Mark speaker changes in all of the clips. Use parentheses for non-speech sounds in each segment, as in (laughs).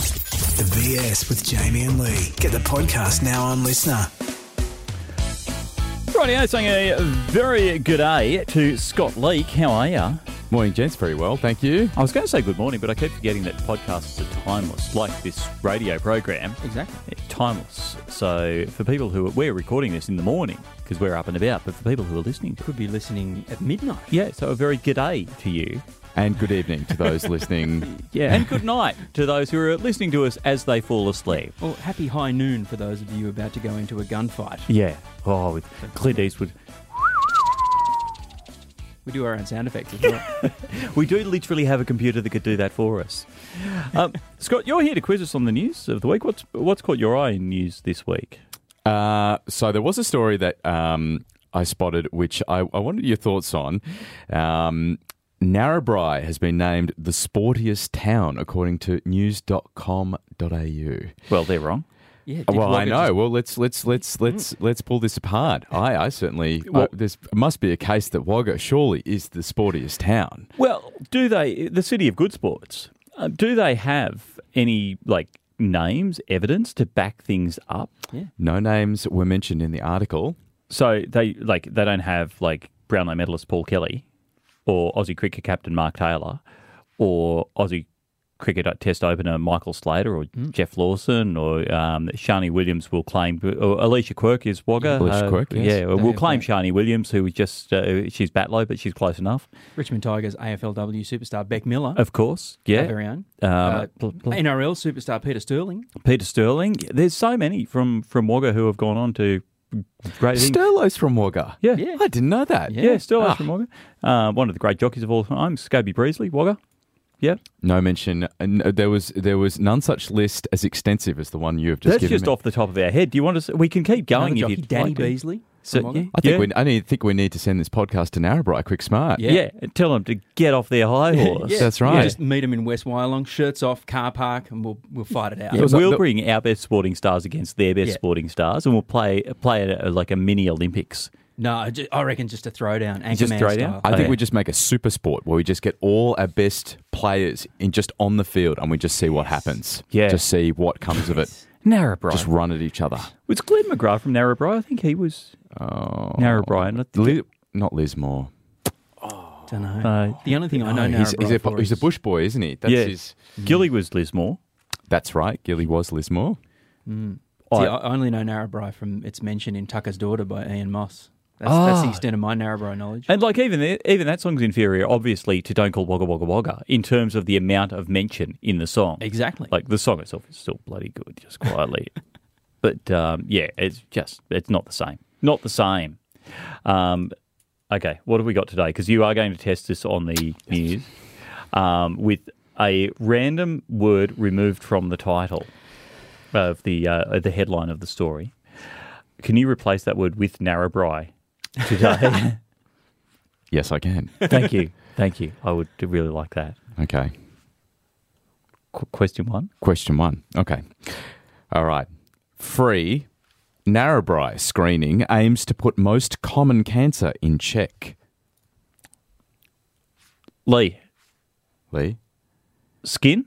Speaker 1: The BS with Jamie and Lee. Get the podcast now on Listener.
Speaker 2: Rightio, saying a very good day to Scott Leake. How are you?
Speaker 3: Morning, gents. Very well, thank you.
Speaker 2: I was going to say good morning, but I keep forgetting that podcasts are timeless, like this radio program.
Speaker 3: Exactly.
Speaker 2: It's timeless. So for people who we're recording this in the morning because we're up and about, but for people who are listening, to it,
Speaker 4: could be listening at midnight.
Speaker 2: yeah. So a very good day to you.
Speaker 3: And good evening
Speaker 2: (laughs)
Speaker 3: to those listening.
Speaker 2: Yeah, and good night to those who are listening to us as they fall asleep.
Speaker 4: Or happy high noon for those of you about to go into a gunfight.
Speaker 2: Yeah. Oh, with Clint Eastwood.
Speaker 4: We do our own sound effects as
Speaker 3: (laughs)
Speaker 4: well.
Speaker 2: We do literally have a computer that could do that for us. (laughs) Um, Scott, you're here to quiz us on the news of the week. What's what's caught your eye in news this week?
Speaker 3: Uh, so there was a story that um, I spotted, which I, I wanted your thoughts on. Um, Narrabri has been named the sportiest town, according to news.com.au.
Speaker 2: Well, they're wrong.
Speaker 4: yeah, did
Speaker 3: Well, I
Speaker 4: Wagga
Speaker 3: know.
Speaker 4: just-
Speaker 3: Well, let's let's let's let's let's pull this apart. I, I certainly
Speaker 2: Mm. Well-
Speaker 3: I- there's must be a case that Wagga surely is the sportiest town.
Speaker 2: Well, do they the city of good sports? Uh, do they have any like names, evidence to back things up?
Speaker 3: No names were mentioned in the article.
Speaker 2: So they like they don't have like Brownlow medalist Paul Kelly, or Aussie cricket captain Mark Taylor, or Aussie cricket Test opener Michael Slater, or
Speaker 3: Mm.
Speaker 2: Jeff Lawson, or um, Shani Williams will claim. Or Alicia Quirk is Wagga. Uh,
Speaker 3: Alicia Quirk, yes.
Speaker 2: yeah, we'll
Speaker 4: Yeah,
Speaker 2: claim Shani Williams, who was just uh, she's Batlow, but she's close enough,
Speaker 4: Richmond Tigers AFLW superstar Beck Miller,
Speaker 2: of course.
Speaker 4: our
Speaker 2: Yeah,
Speaker 4: very own.
Speaker 2: Um,
Speaker 4: Uh,
Speaker 2: pl- pl-
Speaker 4: NRL superstar Peter Sterling.
Speaker 2: Peter Sterling. There's so many from from Wagga who have gone on to great things.
Speaker 3: Sterlo's from Wagga.
Speaker 2: Yeah.
Speaker 4: Yeah.
Speaker 3: I didn't know that.
Speaker 2: yeah, Sterling's
Speaker 3: Ah.
Speaker 2: from Wagga. Uh, one of the great jockeys of all time, Scobie Breesley, Wagga. Yeah,
Speaker 3: No mention. and There was there was none such list as extensive as the one you have just
Speaker 2: that's
Speaker 3: given
Speaker 2: just
Speaker 3: me.
Speaker 2: off the top of our head. Do you want us? We can keep going
Speaker 4: Another
Speaker 2: if
Speaker 4: jockey,
Speaker 2: you'd
Speaker 4: Danny
Speaker 2: like to.
Speaker 4: Beasley.
Speaker 2: So,
Speaker 4: from
Speaker 2: yeah,
Speaker 4: Wagga.
Speaker 3: I think
Speaker 2: yeah,
Speaker 3: we I need, think we need to send this podcast to Narrabri. Quick, smart.
Speaker 4: Yeah.
Speaker 2: yeah. Tell them to get off their high horse.
Speaker 3: Yeah. That's right.
Speaker 4: You just meet him in West Wyalong, shirts off, car park, and we'll we'll fight it out.
Speaker 2: Yeah,
Speaker 3: was
Speaker 2: we'll
Speaker 3: like the-
Speaker 2: bring our best sporting stars against their best
Speaker 4: Yeah.
Speaker 2: sporting stars, and we'll play play a, like a mini Olympics.
Speaker 4: No, I, ju- I reckon just a throwdown, Anchorman
Speaker 2: Just throwdown?
Speaker 4: style.
Speaker 3: I think
Speaker 2: Okay.
Speaker 3: we just make a super sport where we just get all our best players in just on the field and we just see what happens.
Speaker 2: Yeah.
Speaker 3: Just see what comes of it.
Speaker 2: Narrabri.
Speaker 3: Just run at each other.
Speaker 2: was Glenn McGrath from Narrabri? I think he was
Speaker 3: Oh.
Speaker 2: Narrabri. and I think-
Speaker 3: Li- not Liz Moore.
Speaker 4: Don't know.
Speaker 2: Uh,
Speaker 4: the only thing I know now
Speaker 3: he's, he's, a,
Speaker 4: for
Speaker 3: he's a
Speaker 4: is-
Speaker 3: bush boy, isn't he? That's
Speaker 2: Yeah.
Speaker 3: his.
Speaker 2: Gilly was Lismore.
Speaker 3: That's right. Gilly was Liz Moore.
Speaker 4: See,
Speaker 2: I-
Speaker 4: I only know Narrabri from its mention in Tucker's Daughter by Ian Moss. That's, that's
Speaker 2: Ah.
Speaker 4: the extent of my Narrabri knowledge.
Speaker 2: And like even the, even that song's inferior, obviously, to "Don't Call Wagga Wagga Wagga" in terms of the amount of mention in the song.
Speaker 4: Exactly.
Speaker 2: Like the song itself is still bloody good, just quietly. but um, yeah, it's just it's not the same. Not the same. Um, okay, what have we got today? Because you are going to test this on the news um, with a random word removed from the title of the uh, the headline of the story. Can you replace that word with Narrabri today?
Speaker 3: Yes,
Speaker 2: (laughs)
Speaker 3: I can.
Speaker 2: Thank you. Thank you. I would really like that.
Speaker 3: okay.
Speaker 2: Qu- question one.
Speaker 3: Question one. Okay. All right. Free Narrabri screening aims to put most common cancer in check.
Speaker 2: Lee,
Speaker 3: Lee?
Speaker 2: skin?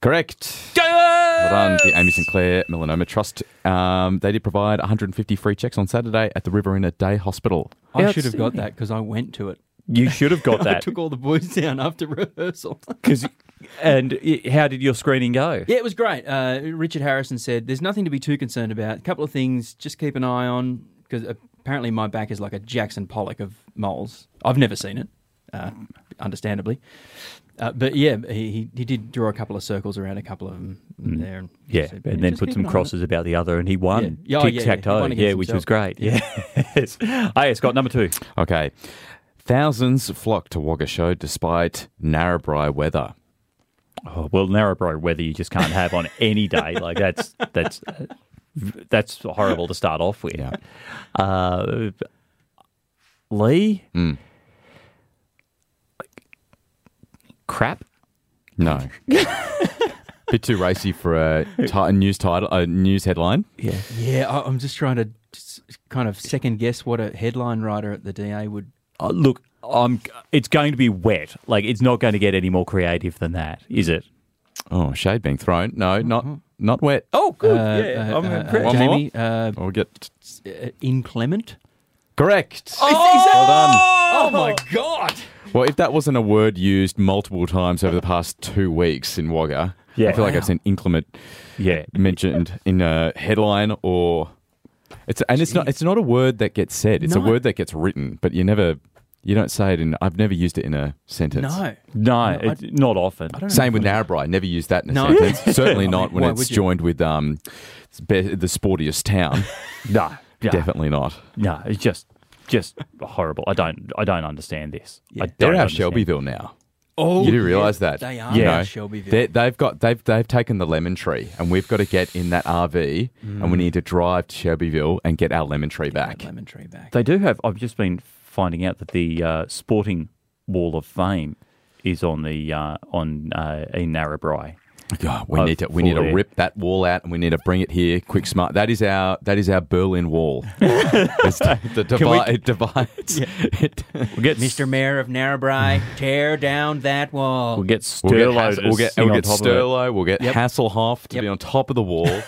Speaker 3: Correct. Well done, the Amy Sinclair Melanoma Trust. Um, they did provide 150 free checks on Saturday at the Riverina Day Hospital.
Speaker 4: I should have got
Speaker 2: Outstanding.
Speaker 4: that because I went to it.
Speaker 2: You should have
Speaker 4: (laughs)
Speaker 2: got
Speaker 4: I
Speaker 2: that.
Speaker 4: took all the boys down after rehearsal.
Speaker 2: 'Cause- and i- how did your screening go?
Speaker 4: (laughs) yeah, it was great. Uh, Richard Harrison said, "There's nothing to be too concerned about. A couple of things, just keep an eye on because apparently my back is like a Jackson Pollock of moles. I've never seen it, uh, understandably." Uh, but yeah, he, he he did draw a couple of circles around a couple of them there. And he
Speaker 2: Yeah,
Speaker 4: said,
Speaker 2: and then
Speaker 4: "Just
Speaker 2: put
Speaker 4: keep
Speaker 2: some
Speaker 4: an eye on it."
Speaker 2: crosses about the other, and he won.
Speaker 4: Yeah. Oh, yeah, yeah.
Speaker 2: Tic tac
Speaker 4: He
Speaker 2: toe.
Speaker 4: won
Speaker 2: Yeah,
Speaker 4: against
Speaker 2: which was
Speaker 4: himself.
Speaker 2: great. Yeah. (laughs) yes. Hey, Scott, number two.
Speaker 3: Okay. Thousands flocked to Wagga Show despite Narrabri weather.
Speaker 2: Oh, well, Narrabri weather you just can't have on any day.
Speaker 4: (laughs)
Speaker 2: Like that's that's that's horrible to start off with.
Speaker 3: Yeah.
Speaker 2: Uh, Lee,
Speaker 4: Mm.
Speaker 2: crap.
Speaker 3: No. Bit too racy for a ti- news title, a news headline.
Speaker 2: Yeah.
Speaker 4: Yeah, I, I'm just trying to s- kind of second guess what a headline writer at the DA would.
Speaker 2: Uh, look, I'm. It's going to be wet. Like it's not going to get any more creative than that, is it?
Speaker 4: Mm-hmm.
Speaker 3: Oh, shade being thrown. No, not Not wet.
Speaker 2: Oh, good.
Speaker 4: Uh,
Speaker 2: yeah,
Speaker 4: uh,
Speaker 2: I'm
Speaker 4: uh,
Speaker 2: impressed.
Speaker 4: uh,
Speaker 3: One more?
Speaker 4: Jamie, uh,
Speaker 3: Or get
Speaker 4: s- uh, inclement.
Speaker 3: correct.
Speaker 4: Oh,
Speaker 2: well done.
Speaker 3: Oh my god! Well, if that wasn't a word used multiple times over the past two weeks in Wagga,
Speaker 2: Yeah.
Speaker 3: I feel like
Speaker 2: Wow.
Speaker 3: I've seen inclement
Speaker 2: Yeah.
Speaker 3: mentioned in a headline or it's and it's not it's not a word that gets said. It's
Speaker 4: No.
Speaker 3: a word that gets written, but you never you don't say it in. I've never used it in a sentence.
Speaker 4: No.
Speaker 2: No, it's not often.
Speaker 4: I don't
Speaker 3: Same
Speaker 4: know
Speaker 3: with
Speaker 4: if I-
Speaker 3: Narrabri. Never used that in a
Speaker 4: No.
Speaker 3: sentence.
Speaker 4: (laughs)
Speaker 3: Certainly not when
Speaker 4: Why
Speaker 3: it's
Speaker 4: would you?
Speaker 3: joined with um, be- the sportiest town.
Speaker 2: No, no,
Speaker 3: Definitely not.
Speaker 2: no. It's just, just horrible. I don't, I don't understand this. I don't
Speaker 3: They're out of
Speaker 2: understand.
Speaker 3: Shelbyville now.
Speaker 4: Oh,
Speaker 3: You do realise that
Speaker 4: They are
Speaker 2: Yeah.
Speaker 4: yeah.
Speaker 2: No.
Speaker 4: Shelbyville.
Speaker 3: They, they've got they've they've taken the lemon tree, and we've got to get in that RV, and we need to drive to Shelbyville and get our lemon tree back.
Speaker 4: Mm. That lemon tree back.
Speaker 2: They do have. I've just been finding out that the uh, sporting wall of fame is on the uh, on uh, in Narrabri.
Speaker 3: God, we
Speaker 2: Oh,
Speaker 3: need to we need to
Speaker 2: fully.
Speaker 3: rip that wall out, and we need to bring it here, quick, smart. That is our that is our Berlin Wall. (laughs) It's the, the divide, it divides. It-
Speaker 2: We'll get
Speaker 4: Mr. Mayor of Narrabri, tear down that wall.
Speaker 2: We'll get
Speaker 3: Mm. we'll get,
Speaker 2: Sterlo.
Speaker 3: Hass-
Speaker 2: to
Speaker 3: we'll get,
Speaker 2: sing
Speaker 3: we'll
Speaker 2: on
Speaker 3: get
Speaker 2: top of it.
Speaker 3: Sterlo. We'll get Hasselhoff to
Speaker 4: Yep.
Speaker 3: be on top of the (laughs) wall.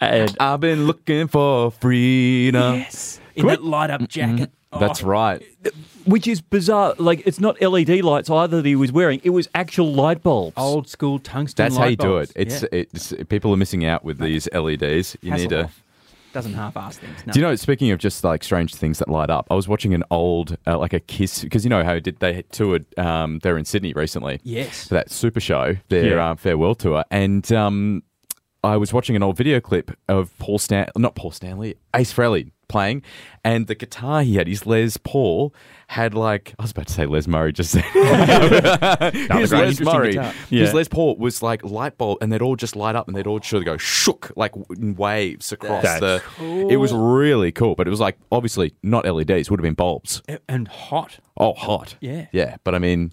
Speaker 2: And
Speaker 3: I've been looking for freedom.
Speaker 4: yes. In that light up jacket. Oh,
Speaker 3: That's right.
Speaker 2: which is bizarre. Like it's not LED lights either that he was wearing. It was actual light bulbs.
Speaker 3: Oh,
Speaker 4: Old school tungsten.
Speaker 3: That's
Speaker 4: light
Speaker 3: how you do
Speaker 4: bulbs.
Speaker 3: it. It's,
Speaker 4: Yeah.
Speaker 3: it's people are missing out with these LEDs. You need to.
Speaker 4: Hasselhoff doesn't half-ass things. No.
Speaker 3: Do you know? Speaking of just like strange things that light up, I was watching an old uh, like a Kiss because you know how did they toured? Um, they were in Sydney recently.
Speaker 4: Yes.
Speaker 3: for that Super Show, their
Speaker 2: Yeah.
Speaker 3: uh, farewell tour, and um, I was watching an old video clip of Paul Stan, not Paul Stanley, Ace Frehley playing, and the guitar he had, his Les Paul, had like I was about to say Les Murray,
Speaker 2: (laughs)
Speaker 3: just said (laughs) his
Speaker 2: great.
Speaker 3: Les
Speaker 2: Interesting
Speaker 3: Murray,
Speaker 2: guitar. Yeah.
Speaker 3: his Les Paul was like light bulb, and they'd all just light up, and they'd all sort of go shook like w- in waves across
Speaker 2: That's
Speaker 3: the. It was really cool, but it was like obviously not LEDs, would have been bulbs.
Speaker 4: A- And hot.
Speaker 3: Oh, hot,
Speaker 4: Yeah.
Speaker 3: yeah, but I mean,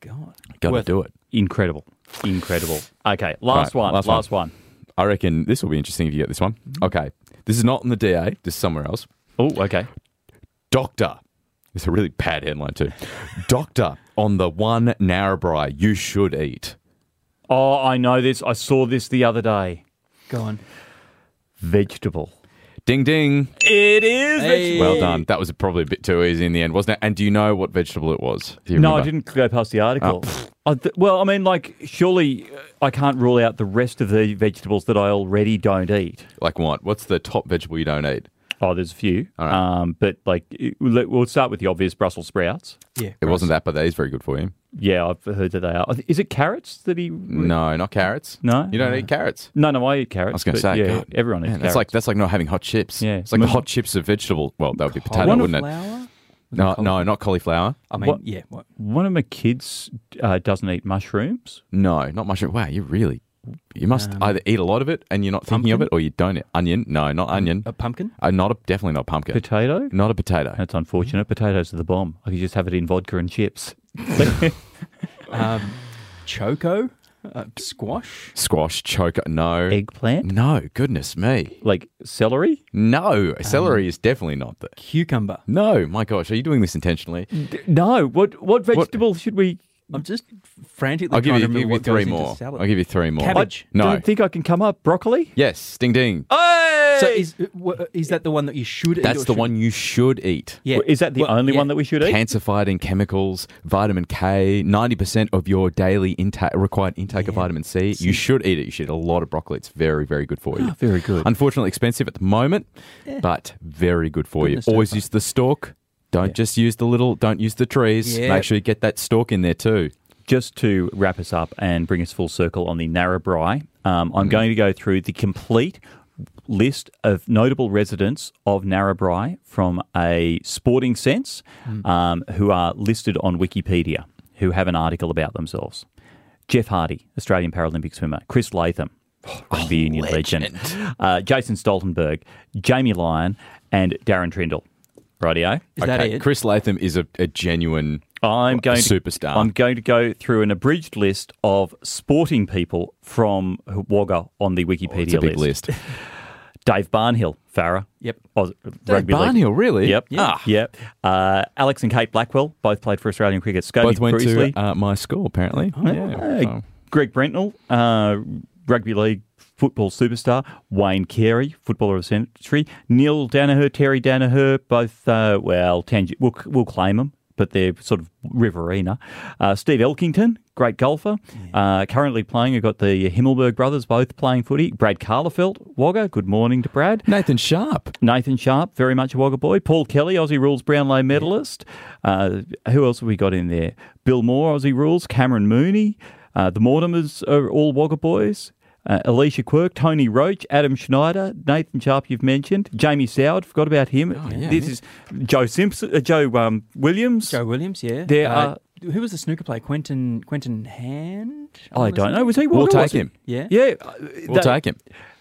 Speaker 4: God.
Speaker 3: gotta
Speaker 2: Worth
Speaker 3: do it.
Speaker 2: incredible, incredible. Okay, last
Speaker 3: Right,
Speaker 2: one, last,
Speaker 3: last one.
Speaker 2: one.
Speaker 3: I reckon this will be interesting if you get this one.
Speaker 2: Mm-hmm.
Speaker 3: Okay. This is not in the DA, this is somewhere else.
Speaker 2: Oh, okay.
Speaker 3: Doctor. It's a really bad headline, too. Doctor on the one Narrabri you should eat.
Speaker 2: Oh, I know this. I saw this the other day.
Speaker 4: Go on.
Speaker 2: Vegetable.
Speaker 3: Ding ding.
Speaker 2: It is
Speaker 4: Hey.
Speaker 2: Eh.
Speaker 3: Well done. That was probably a bit too easy in the end, wasn't it? And do you know what vegetable it was? Do you
Speaker 2: No, I
Speaker 3: remember?
Speaker 2: didn't go past the
Speaker 3: Ah.
Speaker 2: article. I th- well, I mean, like, surely uh, I can't rule out the rest of the vegetables that I already don't eat.
Speaker 3: Like what? What's the top vegetable you don't eat?
Speaker 2: Oh, there's a few.
Speaker 3: All right.
Speaker 2: Um, but, like, it- let- we'll start with the obvious Brussels sprouts.
Speaker 4: Yeah.
Speaker 3: It wasn't that, but that is very good for you.
Speaker 2: Yeah, I've heard that they are. Is it carrots that he.
Speaker 3: No, not carrots.
Speaker 2: No?
Speaker 3: You don't eat carrots.
Speaker 2: No, no, I eat carrots.
Speaker 3: I was going
Speaker 2: but
Speaker 3: to say,
Speaker 2: yeah,
Speaker 3: God.
Speaker 2: everyone eats
Speaker 3: Man,
Speaker 2: carrots.
Speaker 3: That's like that's like not having hot chips.
Speaker 2: Yeah.
Speaker 3: it's like the
Speaker 2: Mm.
Speaker 3: hot chips of vegetable. Well, that would be potato,
Speaker 2: One of
Speaker 3: wouldn't it?
Speaker 4: Flour?
Speaker 3: No, no, not cauliflower.
Speaker 4: I mean,
Speaker 2: What-
Speaker 4: yeah. What?
Speaker 2: One of my kids uh, doesn't eat mushrooms.
Speaker 3: No, not mushroom. Wow, you really, you must
Speaker 4: Um,
Speaker 3: either eat a lot of it and you're not thinking of it, or you don't. eat- Onion? No, not onion.
Speaker 4: A pumpkin?
Speaker 3: Uh, not a, definitely not pumpkin.
Speaker 2: Potato?
Speaker 3: not a
Speaker 4: Uh,
Speaker 3: potato.
Speaker 2: That's unfortunate. Potatoes are the bomb. I could just have it in vodka and (laughs) chips.
Speaker 4: Um, choco? Uh, squash?
Speaker 3: Squash, choco. No,
Speaker 2: Eggplant?
Speaker 3: no. Goodness me.
Speaker 2: Like celery?
Speaker 3: No,
Speaker 4: Um,
Speaker 3: celery is definitely not the.
Speaker 4: Cucumber?
Speaker 3: No, my gosh, are you doing this intentionally?
Speaker 4: Mm,
Speaker 2: No. What what vegetable should we?
Speaker 4: I'm just frantically
Speaker 3: I'll give
Speaker 4: trying
Speaker 3: you,
Speaker 4: to remember
Speaker 3: give you
Speaker 4: what goes
Speaker 3: three
Speaker 4: into
Speaker 3: more.
Speaker 4: salad.
Speaker 3: I'll give you three more.
Speaker 4: Cabbage. Oh,
Speaker 2: I
Speaker 3: No.
Speaker 2: don't think I can come up. Broccoli.
Speaker 3: Yes, ding ding.
Speaker 2: Hey!
Speaker 4: So is uh, wha- uh, is that the one that you should? eat
Speaker 3: That's
Speaker 4: or
Speaker 3: the
Speaker 4: should-
Speaker 3: one you should eat.
Speaker 4: Yeah.
Speaker 2: Is that the
Speaker 4: Well,
Speaker 2: only
Speaker 4: yeah.
Speaker 2: one that we should eat?
Speaker 3: Cancer fighting chemicals, vitamin K, 90% of your daily intake required intake of vitamin C. You should eat it. You should eat a lot of broccoli. It's very, very good for you.
Speaker 4: Ah,
Speaker 2: Very good.
Speaker 3: Unfortunately, expensive at the moment, but very good for
Speaker 4: Goodness,
Speaker 3: you. Always
Speaker 4: no
Speaker 3: use the stalk. Don't just use the little, don't use the trees.
Speaker 4: Yeah.
Speaker 3: Make sure you get that stalk in there too.
Speaker 2: Just to wrap us up and bring us full circle on the Narrabri, um, I'm going to go through the complete list of notable residents of Narrabri from a sporting sense, um, who are listed on Wikipedia, who have an article about themselves. Jeff Hardy, Australian Paralympic swimmer. Chris Latham, rugby union legend. Uh, Jason Stoltenberg, Jamie Lyon, and Darren Trindle. Rightio.
Speaker 4: Is that it?
Speaker 3: Chris Latham is a, a genuine.
Speaker 2: I'm going to,
Speaker 3: superstar.
Speaker 2: I'm going to go through an abridged list of sporting people from Wagga on the Wikipedia
Speaker 3: It's Oh, a big list. (laughs)
Speaker 2: Dave Barnhill, Farah.
Speaker 4: Yep.
Speaker 2: Oz,
Speaker 3: Dave
Speaker 2: rugby league.
Speaker 3: Barnhill, really?
Speaker 2: Yep.
Speaker 3: Yeah. Ah.
Speaker 2: Yep. Uh, Alex and Kate Blackwell both played for Australian cricket. Scotty
Speaker 3: Both went uh,
Speaker 2: Priestley.
Speaker 3: to uh, my school, apparently.
Speaker 2: Uh, Greg Brentnell, uh, rugby league football superstar, Wayne Carey, footballer of the century, Neil Danaher, Terry Danaher, both, uh, well, Tangi- we'll, we'll claim them, but they're sort of Riverina. Uh, Steve Elkington, great golfer, uh, currently playing. You've got the Himmelberg brothers both playing footy. Brad Carlefelt, Wagga, good morning to Brad.
Speaker 3: Nathan Sharp.
Speaker 2: Nathan Sharp, very much a Wagga boy. Paul Kelly, Aussie Rules Brownlow medalist. Uh, who else have we got in there? Bill Moore, Aussie Rules. Cameron Mooney. Uh, the Mortimers are all Wagga boys. Uh, Alicia Quirk, Tony Roach, Adam Schneider, Nathan Sharp, you've mentioned. Jamie Soward, forgot about him.
Speaker 4: Oh,
Speaker 2: this is Joe Simpson, uh, Joe um, Williams.
Speaker 4: Joe Williams, yeah.
Speaker 2: There
Speaker 4: Uh, who was the snooker player? Quentin Quentin Hand.
Speaker 2: I
Speaker 4: wanna
Speaker 2: don't
Speaker 4: say?
Speaker 2: know. Was he Wagga?
Speaker 3: We'll
Speaker 2: Was
Speaker 3: take
Speaker 2: he?
Speaker 3: him.
Speaker 4: Yeah.
Speaker 2: Yeah. uh,
Speaker 3: We'll
Speaker 2: that-
Speaker 3: take him.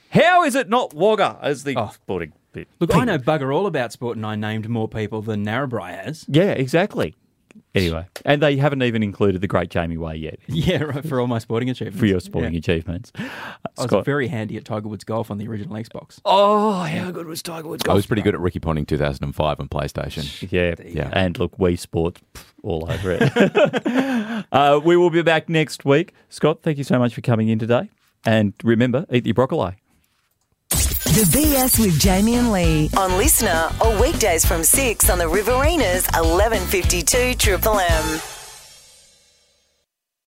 Speaker 2: How is it not Wagga as the sporting bit?
Speaker 4: Oh. Look, I know bugger all about sport, and I named more people than Narrabri has. (laughs)
Speaker 2: Yeah, exactly. Anyway, and they haven't even included the great Jamie Way yet
Speaker 4: Yeah, right, for all my sporting achievements.
Speaker 2: for your sporting
Speaker 4: Yeah.
Speaker 2: achievements. Uh,
Speaker 4: I was
Speaker 2: Scott-
Speaker 4: very handy at Tiger Woods golf on the original Xbox.
Speaker 2: oh, how good was Tiger Woods?
Speaker 3: I
Speaker 2: Golf?
Speaker 3: was pretty good at Ricky Ponting 2005 on PlayStation.
Speaker 2: Yeah,
Speaker 3: Yeah.
Speaker 2: and look, Wii Sports pff, all over it. (laughs) uh, we will be back next week. Scott, thank you so much for coming in today. And remember, eat your broccoli.
Speaker 5: The BS with Jamie and Lee on Listener or weekdays from 6 on the Riverina's 1152 Triple M.